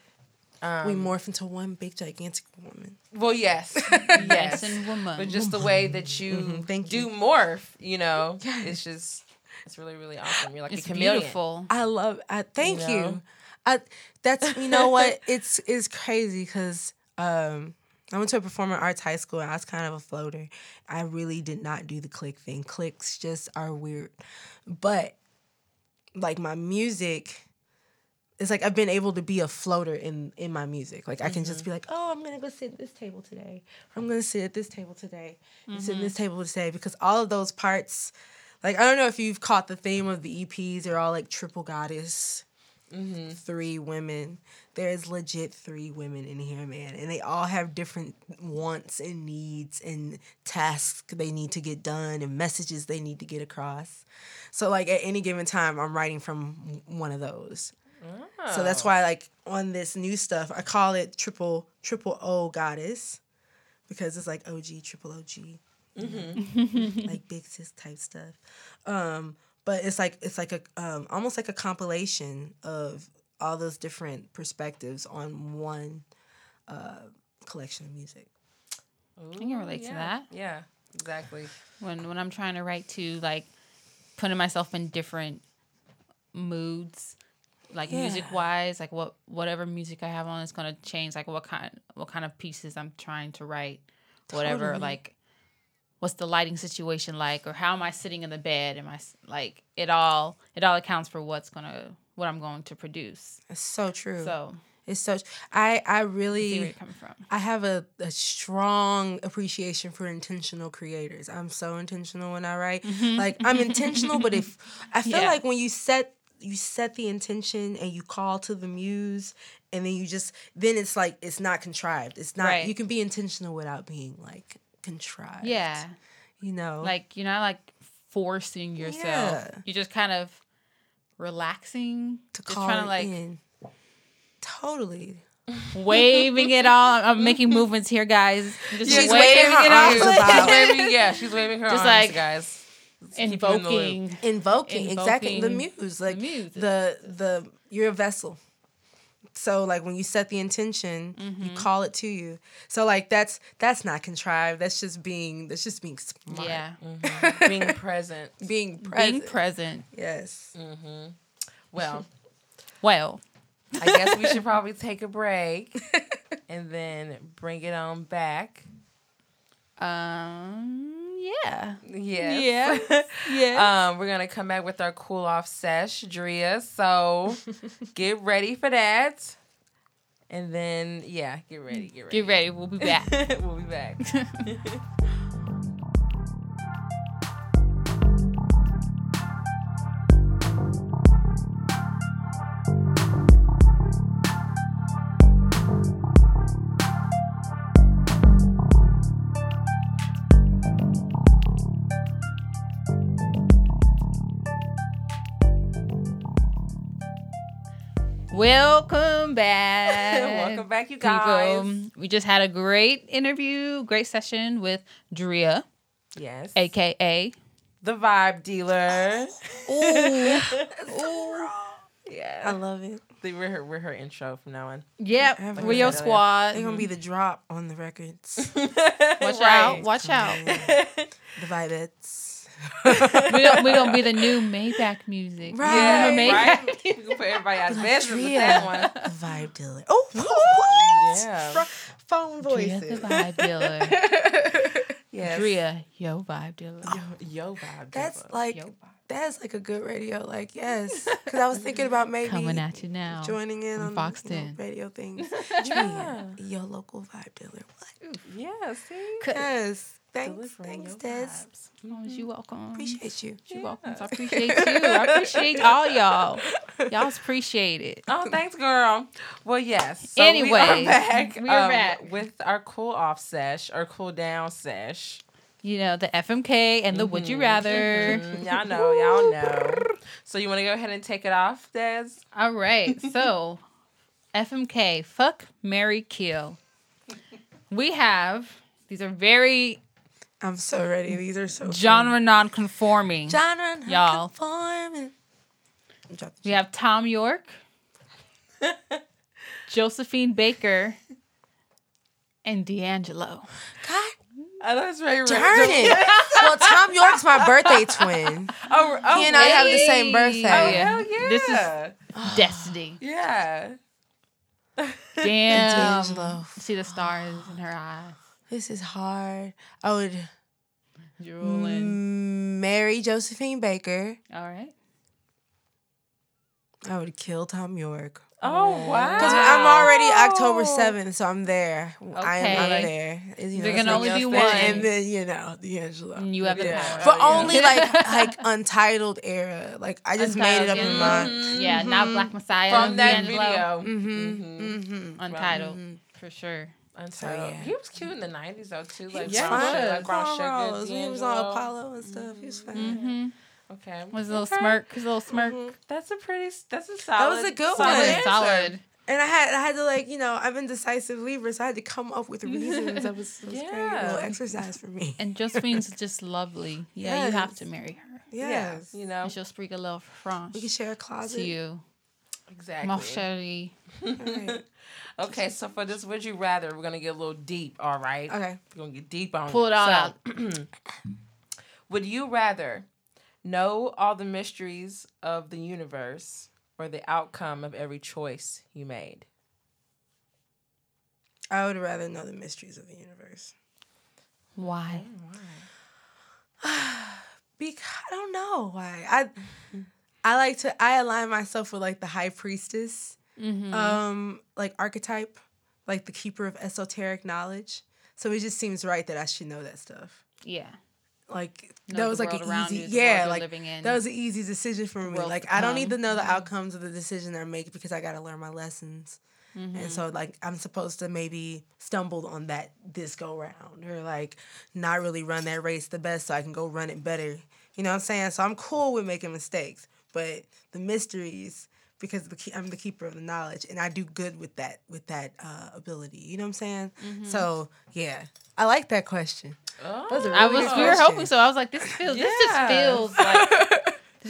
Speaker 4: we morph into one big gigantic woman.
Speaker 1: well, yes, yes,
Speaker 2: Medicine woman.
Speaker 1: but just the way that you
Speaker 4: Mm-hmm. thank
Speaker 1: do
Speaker 4: you.
Speaker 1: morph, you know, it's just it's really really awesome. You're like
Speaker 2: It's
Speaker 1: a chameleon.
Speaker 2: beautiful.
Speaker 4: I love. I thank
Speaker 1: You
Speaker 4: you.
Speaker 1: know?
Speaker 4: I that's you know what it's it's crazy because um, I went to a performing arts high school and I was kind of a floater. I really did not do the click thing. Clicks just are weird, but like my music. It's like I've been able to be a floater in in my music. Like I can
Speaker 1: Mm-hmm.
Speaker 4: just be like, oh, I'm gonna go sit at this table today. Or I'm gonna sit at this table today. And Sit at
Speaker 1: Mm-hmm.
Speaker 4: this table today because all of those parts like I don't know if you've caught the theme of the EPs. They're all like triple goddess, three women. There's legit three women in here, man, and they all have different wants and needs and tasks they need to get done and messages they need to get across. So like at any given time, I'm writing from one of those. So that's why like on this new stuff, I call it triple triple O goddess because it's like OG triple OG like big sis type stuff. Um, but it's like it's like a um, almost like a compilation of all those different perspectives on one uh, collection of music.
Speaker 1: I
Speaker 2: can relate to that.
Speaker 1: Yeah, exactly.
Speaker 2: When when I'm trying to write to like putting myself in different moods, like
Speaker 4: Yeah.
Speaker 2: music wise, like what whatever music I have on is gonna change like what kind what kind of pieces I'm trying to write. Whatever
Speaker 4: Totally.
Speaker 2: like what's the lighting situation like or how am I sitting in the bed? Am I s- like it all it all accounts for what's gonna what I'm going to produce.
Speaker 4: It's so true.
Speaker 2: So
Speaker 4: it's so. I
Speaker 2: I see
Speaker 4: I
Speaker 2: where
Speaker 4: really
Speaker 2: you're coming from.
Speaker 4: I have a, a strong appreciation for intentional creators. I'm so intentional when I write. Like I'm intentional, but if I feel
Speaker 2: Mm-hmm. Yeah.
Speaker 4: like when you set you set the intention and you call to the muse and then you just then it's like it's not contrived. It's not
Speaker 2: Right.
Speaker 4: you can be intentional without being like contrived.
Speaker 2: Yeah.
Speaker 4: You know.
Speaker 2: Like you're not like forcing yourself.
Speaker 4: Yeah.
Speaker 2: You're just kind of relaxing.
Speaker 4: to
Speaker 2: just
Speaker 4: call
Speaker 2: trying
Speaker 4: it
Speaker 2: to like
Speaker 4: in. Totally.
Speaker 2: waving it all. I'm making movements here, guys. I'm Just
Speaker 4: She's waving
Speaker 2: waving
Speaker 4: her
Speaker 2: it
Speaker 4: arms
Speaker 2: all.
Speaker 1: She's
Speaker 4: about.
Speaker 1: waving, yeah, she's waving her arms,
Speaker 2: Just like-
Speaker 1: guys. keep you in the loop.
Speaker 2: Invoking.
Speaker 4: Invoking, exactly the
Speaker 2: Invoking
Speaker 4: muse. Like
Speaker 2: muse.
Speaker 4: the the you're a vessel. So like when you set the intention,
Speaker 2: Mm-hmm.
Speaker 4: you call it to you. So like that's that's not contrived. That's just being that's just being smart.
Speaker 2: Yeah.
Speaker 1: Being present.
Speaker 4: Being Mm-hmm. present.
Speaker 2: Being Mm. present.
Speaker 4: yes.
Speaker 1: Well,
Speaker 2: Well,
Speaker 1: I guess we should probably take a break and then bring it on back.
Speaker 2: um, yeah.
Speaker 1: Yes.
Speaker 2: Yeah. Uh, Yeah.
Speaker 1: Um, we're gonna come back with our cool off sesh, Drea. So get ready for that. And then yeah, get ready, get ready.
Speaker 2: Get ready. We'll be back.
Speaker 1: we'll be back.
Speaker 2: Welcome back.
Speaker 1: Welcome back, you guys.
Speaker 2: People. We just had a great interview, great session with Drea,
Speaker 1: Yes.
Speaker 2: aka
Speaker 1: the vibe dealer.
Speaker 2: Ooh.
Speaker 4: I
Speaker 1: Yeah.
Speaker 4: love it.
Speaker 1: They were her, we're her intro from now on.
Speaker 2: Yep,
Speaker 4: Like
Speaker 2: we're
Speaker 4: I
Speaker 2: your
Speaker 1: said earlier,
Speaker 2: squad.
Speaker 4: They're gonna be the drop on the records.
Speaker 2: Watch out!
Speaker 1: Right.
Speaker 2: Watch out!
Speaker 4: the vibettes.
Speaker 2: We're gonna, we're gonna be the new Maybach music.
Speaker 4: Right.
Speaker 1: Yeah,
Speaker 2: Remember Maybach?
Speaker 1: right. You can put everybody out of business with
Speaker 4: Drea.
Speaker 1: that one.
Speaker 4: The vibe dealer. Oh, what?
Speaker 1: Yeah.
Speaker 4: Fro- phone
Speaker 2: Drea the
Speaker 4: voices.
Speaker 2: vibe dealer.
Speaker 1: Yes.
Speaker 2: Drea, yo vibe dealer.
Speaker 1: Yo, yo vibe.
Speaker 4: That's
Speaker 1: dealer.
Speaker 4: like
Speaker 2: Yo vibe.
Speaker 4: that's like a good radio. Like yes, because I was thinking about maybe
Speaker 2: Coming at you now.
Speaker 4: joining in
Speaker 2: from
Speaker 4: on
Speaker 2: Fox
Speaker 4: you know,
Speaker 2: 10.
Speaker 4: radio things.
Speaker 1: Yeah.
Speaker 4: Drea, your local vibe dealer. What?
Speaker 1: Yeah, see?
Speaker 4: Yes. Thanks,
Speaker 1: Delivering
Speaker 4: thanks,
Speaker 1: your
Speaker 4: Des.
Speaker 1: vibes.
Speaker 2: Oh, you welcome.
Speaker 4: Appreciate you.
Speaker 2: you welcome. So I
Speaker 1: Yes.
Speaker 2: appreciate you. I appreciate all y'all. Y'all's appreciate it.
Speaker 1: Oh, thanks, girl. Well, yes. So we
Speaker 2: Anyways,
Speaker 1: are back,
Speaker 2: we are
Speaker 1: um,
Speaker 2: back.
Speaker 1: with our cool off sesh or cool down sesh.
Speaker 2: You know the FMK and the
Speaker 4: Mm-hmm.
Speaker 2: Would You Rather.
Speaker 1: Mm, y'all know, y'all know. So you want to go ahead and take it off, Des?
Speaker 2: All right. So, FMK, fuck Mary Kill. We have these are very
Speaker 4: I'm so ready. These are so fun.
Speaker 2: genre non-conforming.
Speaker 4: Genre.
Speaker 2: Y'all.
Speaker 4: Conforming. I'm dropping
Speaker 2: We
Speaker 4: shit.
Speaker 2: have Tom York, Josephine Baker, and D'Angelo.
Speaker 4: God
Speaker 1: Oh, that's very
Speaker 4: darn it. well, Tom York's my birthday twin.
Speaker 1: Oh, oh,
Speaker 4: He and I have the same
Speaker 2: Hey.
Speaker 4: birthday.
Speaker 1: Oh,
Speaker 2: yeah.
Speaker 1: hell yeah.
Speaker 2: This is- Destiny.
Speaker 1: Yeah.
Speaker 4: And
Speaker 2: Damn.
Speaker 4: D'Angelo.
Speaker 2: See the stars in her eyes.
Speaker 4: This is hard. I would
Speaker 2: Drooling.
Speaker 4: Mm. marry Josephine Baker.
Speaker 2: All right.
Speaker 4: I would kill Tom York.
Speaker 1: Oh, wow.
Speaker 4: Because I'm already October 7th, so I'm there. I am not
Speaker 2: Oh. Okay.
Speaker 4: there. It's, you
Speaker 2: There
Speaker 4: it's
Speaker 2: can
Speaker 4: like-
Speaker 2: only be
Speaker 4: and-
Speaker 2: one.
Speaker 4: And then, you know, D'Angelo.
Speaker 2: And you have the
Speaker 1: Yeah.
Speaker 2: power.
Speaker 4: For
Speaker 1: Oh, yeah.
Speaker 4: only like like untitled era. Like I just made it up in
Speaker 2: Untitled,
Speaker 4: my
Speaker 2: Yeah, not Black Messiah.
Speaker 1: From that
Speaker 2: D'Angelo.
Speaker 1: video.
Speaker 4: mm-hmm. Mm-hmm.
Speaker 2: Untitled, for sure.
Speaker 1: Untitled.
Speaker 4: yeah.
Speaker 1: He was cute in the 90s, though, too. Like,
Speaker 2: was
Speaker 1: brown
Speaker 2: fine.
Speaker 1: sugar, like brown
Speaker 4: Paul
Speaker 1: sugar.
Speaker 4: Rose, He was on
Speaker 1: D'Angelo.
Speaker 4: Apollo and stuff. He was fine.
Speaker 2: Mm-hmm.
Speaker 1: Okay.
Speaker 2: Was a little
Speaker 1: Okay.
Speaker 2: smirk. His little smirk.
Speaker 1: That's a pretty, that's a
Speaker 4: That
Speaker 1: solid.
Speaker 4: was a good
Speaker 2: That was
Speaker 4: one. Solid Mm-hmm. answer.
Speaker 2: solid.
Speaker 4: And I had I had to like you know I'm indecisive Libra, so I had to come up with reasons. That was, that was great. A
Speaker 1: Yeah.
Speaker 4: little exercise for me.
Speaker 2: And Josephine's just lovely. Yeah, you have
Speaker 4: Yes.
Speaker 2: to marry her.
Speaker 4: Yes.
Speaker 1: You know,
Speaker 2: And she'll speak a little French
Speaker 4: We could share a closet.
Speaker 2: to you.
Speaker 1: exactly.
Speaker 2: Mon chéri.
Speaker 4: All right.
Speaker 1: Okay, so for this, would you rather? We're gonna get a little deep. All right.
Speaker 4: Okay.
Speaker 1: We're gonna get deep
Speaker 4: Mm.
Speaker 1: on
Speaker 2: Pull it all
Speaker 1: So,
Speaker 2: out.
Speaker 1: Would you rather know all the mysteries of the universe or the outcome of every choice you made?
Speaker 4: I would rather know the mysteries of the universe.
Speaker 2: Why? Mm-hmm.
Speaker 4: Because I don't know why. I I like to I align myself with like the high priestess,
Speaker 2: Mm-hmm.
Speaker 4: um, like archetype, like the keeper of esoteric knowledge. So it just seems right that I should know that stuff.
Speaker 2: Yeah.
Speaker 4: Like
Speaker 2: Know
Speaker 4: that
Speaker 2: the
Speaker 4: was like
Speaker 2: world
Speaker 4: an
Speaker 2: around
Speaker 4: easy,
Speaker 2: you, the world
Speaker 4: yeah,
Speaker 2: you're
Speaker 4: like
Speaker 2: living in.
Speaker 4: that was an easy decision for me.
Speaker 2: world
Speaker 4: Like
Speaker 2: to
Speaker 4: I don't need to
Speaker 2: come. Mm-hmm.
Speaker 4: know the outcomes of the decision I make because I got to learn my lessons.
Speaker 2: Mm-hmm.
Speaker 4: And so like I'm supposed to maybe stumble on that this go round or like not really run that race the best so I can go run it better. You know what I'm saying? So I'm cool with making mistakes, but the mysteries because the key, I'm the keeper of the knowledge and I do good with that with that uh, ability. You know what I'm saying?
Speaker 2: Mm-hmm.
Speaker 4: So yeah, I like that question.
Speaker 1: Oh.
Speaker 4: That was a
Speaker 2: I was
Speaker 4: really good
Speaker 2: we were
Speaker 4: question.
Speaker 2: hoping so. I was like, this feels this just
Speaker 1: Yeah.
Speaker 2: feels like it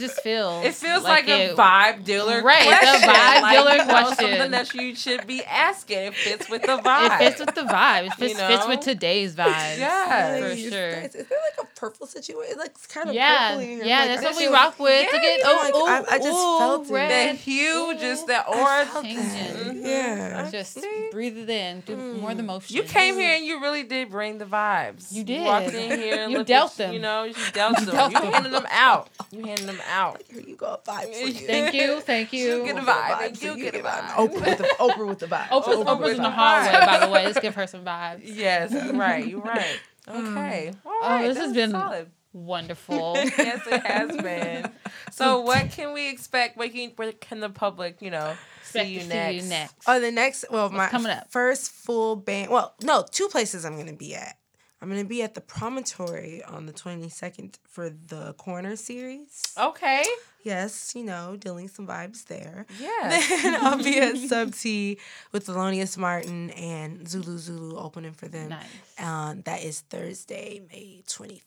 Speaker 2: just feels
Speaker 1: It feels like, a
Speaker 2: it-
Speaker 1: vibe dealer
Speaker 2: Right, it's a
Speaker 1: question.
Speaker 2: vibe
Speaker 1: Like,
Speaker 2: dealer
Speaker 1: you know,
Speaker 2: question.
Speaker 1: Something that you should be asking. It fits with the vibe.
Speaker 2: It fits with the vibe. It fits,
Speaker 1: You
Speaker 2: fits
Speaker 1: know?
Speaker 2: with today's vibe.
Speaker 1: Yes.
Speaker 2: for
Speaker 4: Like, is
Speaker 2: sure.
Speaker 4: that- Is, there like a purple situation? It looks kind of
Speaker 2: Yeah,
Speaker 4: purpley. or,
Speaker 2: yeah,
Speaker 4: like,
Speaker 2: that's
Speaker 4: I
Speaker 2: what we
Speaker 4: feel-
Speaker 2: rock with to
Speaker 1: Yeah,
Speaker 2: get.
Speaker 1: yeah,
Speaker 2: Oh,
Speaker 4: like,
Speaker 2: oh,
Speaker 4: I- I just
Speaker 2: oh,
Speaker 4: felt it. The
Speaker 1: the
Speaker 2: red.
Speaker 1: hue, just the
Speaker 4: I
Speaker 1: aura.
Speaker 4: felt that.
Speaker 2: Changing.
Speaker 4: Yeah.
Speaker 2: Just
Speaker 1: See? Hmm.
Speaker 2: breathe it in. Do more of the motion.
Speaker 1: You came here and you really did bring the vibes.
Speaker 2: You
Speaker 1: You walked
Speaker 2: did.
Speaker 1: in here and
Speaker 2: You
Speaker 1: looked
Speaker 2: dealt
Speaker 1: at-
Speaker 2: them.
Speaker 1: You know, you dealt them.
Speaker 2: dealt
Speaker 1: you
Speaker 2: them.
Speaker 1: handed them out. You handed them out.
Speaker 4: Here you go, a vibe for you.
Speaker 2: Thank you, thank
Speaker 1: You
Speaker 2: you.
Speaker 1: get a
Speaker 4: Oprah
Speaker 1: vibe. and
Speaker 4: vibes,
Speaker 1: You get a vibe.
Speaker 4: Oprah with the Oprah with the vibe.
Speaker 2: Oprah's,
Speaker 1: Oprah
Speaker 2: Oprah's
Speaker 1: with
Speaker 2: in the
Speaker 1: vibes.
Speaker 2: hallway, by the way. Let's give her some vibes.
Speaker 1: Yes, you're right. You're right. Okay. All
Speaker 2: Oh,
Speaker 1: right.
Speaker 2: this
Speaker 1: that
Speaker 2: has
Speaker 1: was
Speaker 2: been-
Speaker 1: solid.
Speaker 2: Wonderful.
Speaker 1: yes, it has been. So, what can we expect? What can, what can the public, you know, see
Speaker 2: Expect
Speaker 1: you,
Speaker 2: to
Speaker 1: next?
Speaker 2: See you next.
Speaker 4: Oh, the next well, my
Speaker 2: coming up?
Speaker 4: first full band. Well, no, two places I'm gonna be at. I'm gonna be at the Promontory on the 22nd for the Corner
Speaker 2: Oh.
Speaker 4: series.
Speaker 1: Okay.
Speaker 4: Yes, you know, dealing some vibes there.
Speaker 1: Yeah.
Speaker 4: Then I'll be at Sub T with Thelonious Martin and Zulu Zulu opening for them.
Speaker 2: Nice.
Speaker 4: Um, that is Thursday, May 25th.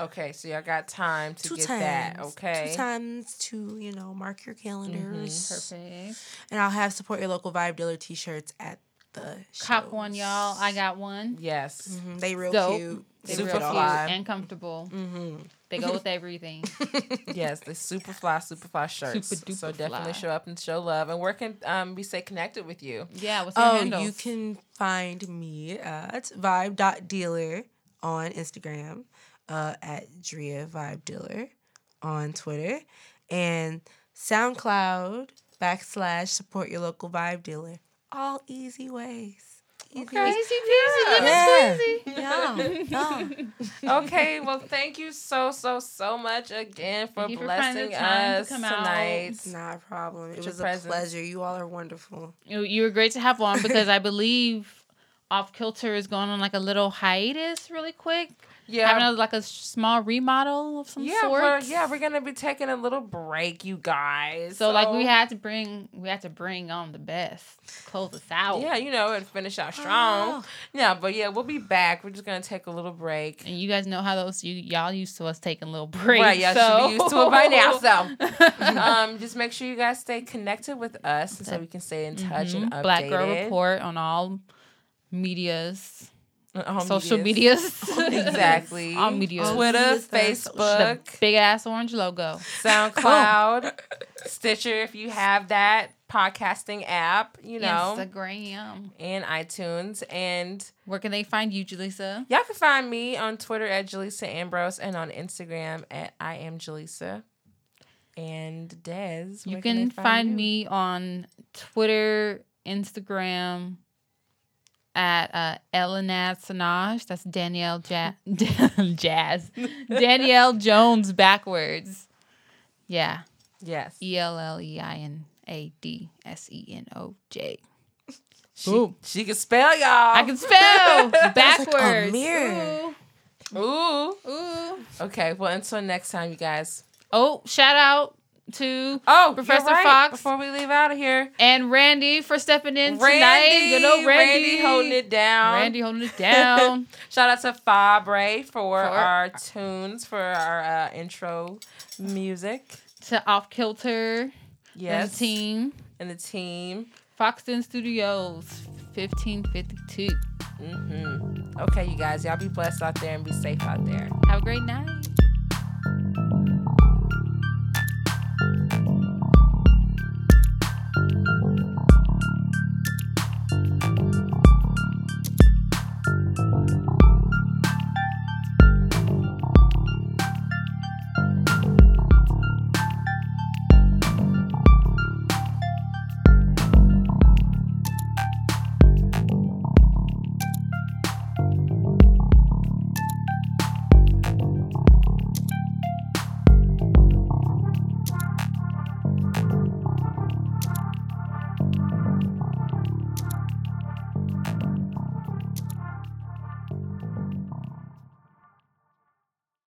Speaker 1: okay. So y'all got time to
Speaker 4: Two
Speaker 1: get
Speaker 4: times.
Speaker 1: that. Okay.
Speaker 4: Two times to, you know, mark your calendars.
Speaker 2: Mm-hmm, Perfect.
Speaker 4: And I'll have support your local vibe dealer t shirts at the
Speaker 2: Cop
Speaker 4: shows.
Speaker 2: one, y'all. I got one.
Speaker 1: Yes.
Speaker 4: Mhm, They real
Speaker 2: Dope.
Speaker 4: cute.
Speaker 2: They
Speaker 1: Super Mm-hmm.
Speaker 2: real cute
Speaker 1: fly.
Speaker 2: and comfortable. They go with everything.
Speaker 1: yes. The Superfly, Superfly shirts.
Speaker 2: Super duper
Speaker 1: so definitely
Speaker 2: fly.
Speaker 1: show up and show love. And where can um, we stay connected with you?
Speaker 2: Yeah. What's your
Speaker 4: Oh,
Speaker 2: handle?
Speaker 4: you can find me at vibe.dealer on Instagram, uh, at Drea Vibe Dealer on Twitter, and SoundCloud backslash support your local vibe dealer. All easy ways. Easy
Speaker 1: Okay.
Speaker 4: ways.
Speaker 2: Easy peasy, lemon
Speaker 4: Yeah.
Speaker 2: squeezy.
Speaker 4: Yeah. yeah.
Speaker 1: okay, well, thank you so so so much again for
Speaker 2: Thank you for finding
Speaker 1: blessing
Speaker 2: the time to
Speaker 1: us
Speaker 2: come out.
Speaker 1: tonight.
Speaker 4: Not a problem. It
Speaker 1: your
Speaker 4: was a
Speaker 1: presence.
Speaker 4: pleasure. You all are wonderful.
Speaker 2: You, you were great to have on because I believe Off Kilter is going on like a little hiatus really quick.
Speaker 1: Yeah.
Speaker 2: Having a, like a small remodel of some
Speaker 1: yeah,
Speaker 2: sort.
Speaker 1: we're, yeah, we're gonna be taking a little break, you guys.
Speaker 2: So, like we had to bring we had to bring on the best. Close us out.
Speaker 1: yeah, you know, and finish out strong.
Speaker 4: Oh.
Speaker 1: Yeah, but yeah, we'll be back. We're just gonna take a little break.
Speaker 2: And you guys know how those you y'all used to us taking little breaks.
Speaker 1: Right, y'all
Speaker 2: so.
Speaker 1: should be used to it by now. So, um, just make sure you guys stay connected with us so we can stay in touch and updated.
Speaker 2: Mm-hmm. Black Girl Report on all medias,
Speaker 1: on
Speaker 2: social
Speaker 1: Uh, medias.
Speaker 2: medias.
Speaker 1: exactly.
Speaker 2: all medias.
Speaker 1: Twitter,
Speaker 4: medias that are social.
Speaker 1: Facebook,
Speaker 2: Big ass orange logo.
Speaker 1: SoundCloud, Stitcher, if you have that podcasting app, you know,
Speaker 2: Instagram.
Speaker 1: and iTunes. And
Speaker 2: Where can they find you, Jaleesa?
Speaker 1: y'all can find me on Twitter at Jaleesa Ambrose and on Instagram at I am Jaleesa. And Dez,
Speaker 2: You
Speaker 1: where
Speaker 2: can,
Speaker 1: they
Speaker 2: find, me on Twitter, Instagram at uh, Elinad Sanaj. That's Danielle ja- Jazz. Danielle Jones backwards. Yeah.
Speaker 1: Yes.
Speaker 2: E L L E I N A D S E N O J.
Speaker 1: She, she can spell y'all.
Speaker 2: I can spell backwards.
Speaker 4: mirror.
Speaker 1: Ooh.
Speaker 2: Ooh. Ooh.
Speaker 1: Okay. Well, until next time, you guys.
Speaker 2: Oh, shout out to
Speaker 1: Oh, you're
Speaker 2: Professor
Speaker 1: right.
Speaker 2: Fox.
Speaker 1: Before we leave out of here,
Speaker 2: and Randy for stepping in tonight.
Speaker 1: Randy,
Speaker 2: Good old Randy.
Speaker 1: Randy holding it down.
Speaker 2: Randy holding it down.
Speaker 1: Shout out to Fabre for, our
Speaker 2: our-
Speaker 1: tunes for our uh, intro music.
Speaker 2: to Off Kilter and
Speaker 1: Yes,
Speaker 2: the team.
Speaker 1: and the team.
Speaker 2: Foxton Studios, 1552.
Speaker 1: Mm-hmm. hmm Okay, you guys, y'all be blessed out there and be safe out there.
Speaker 2: Have a great night.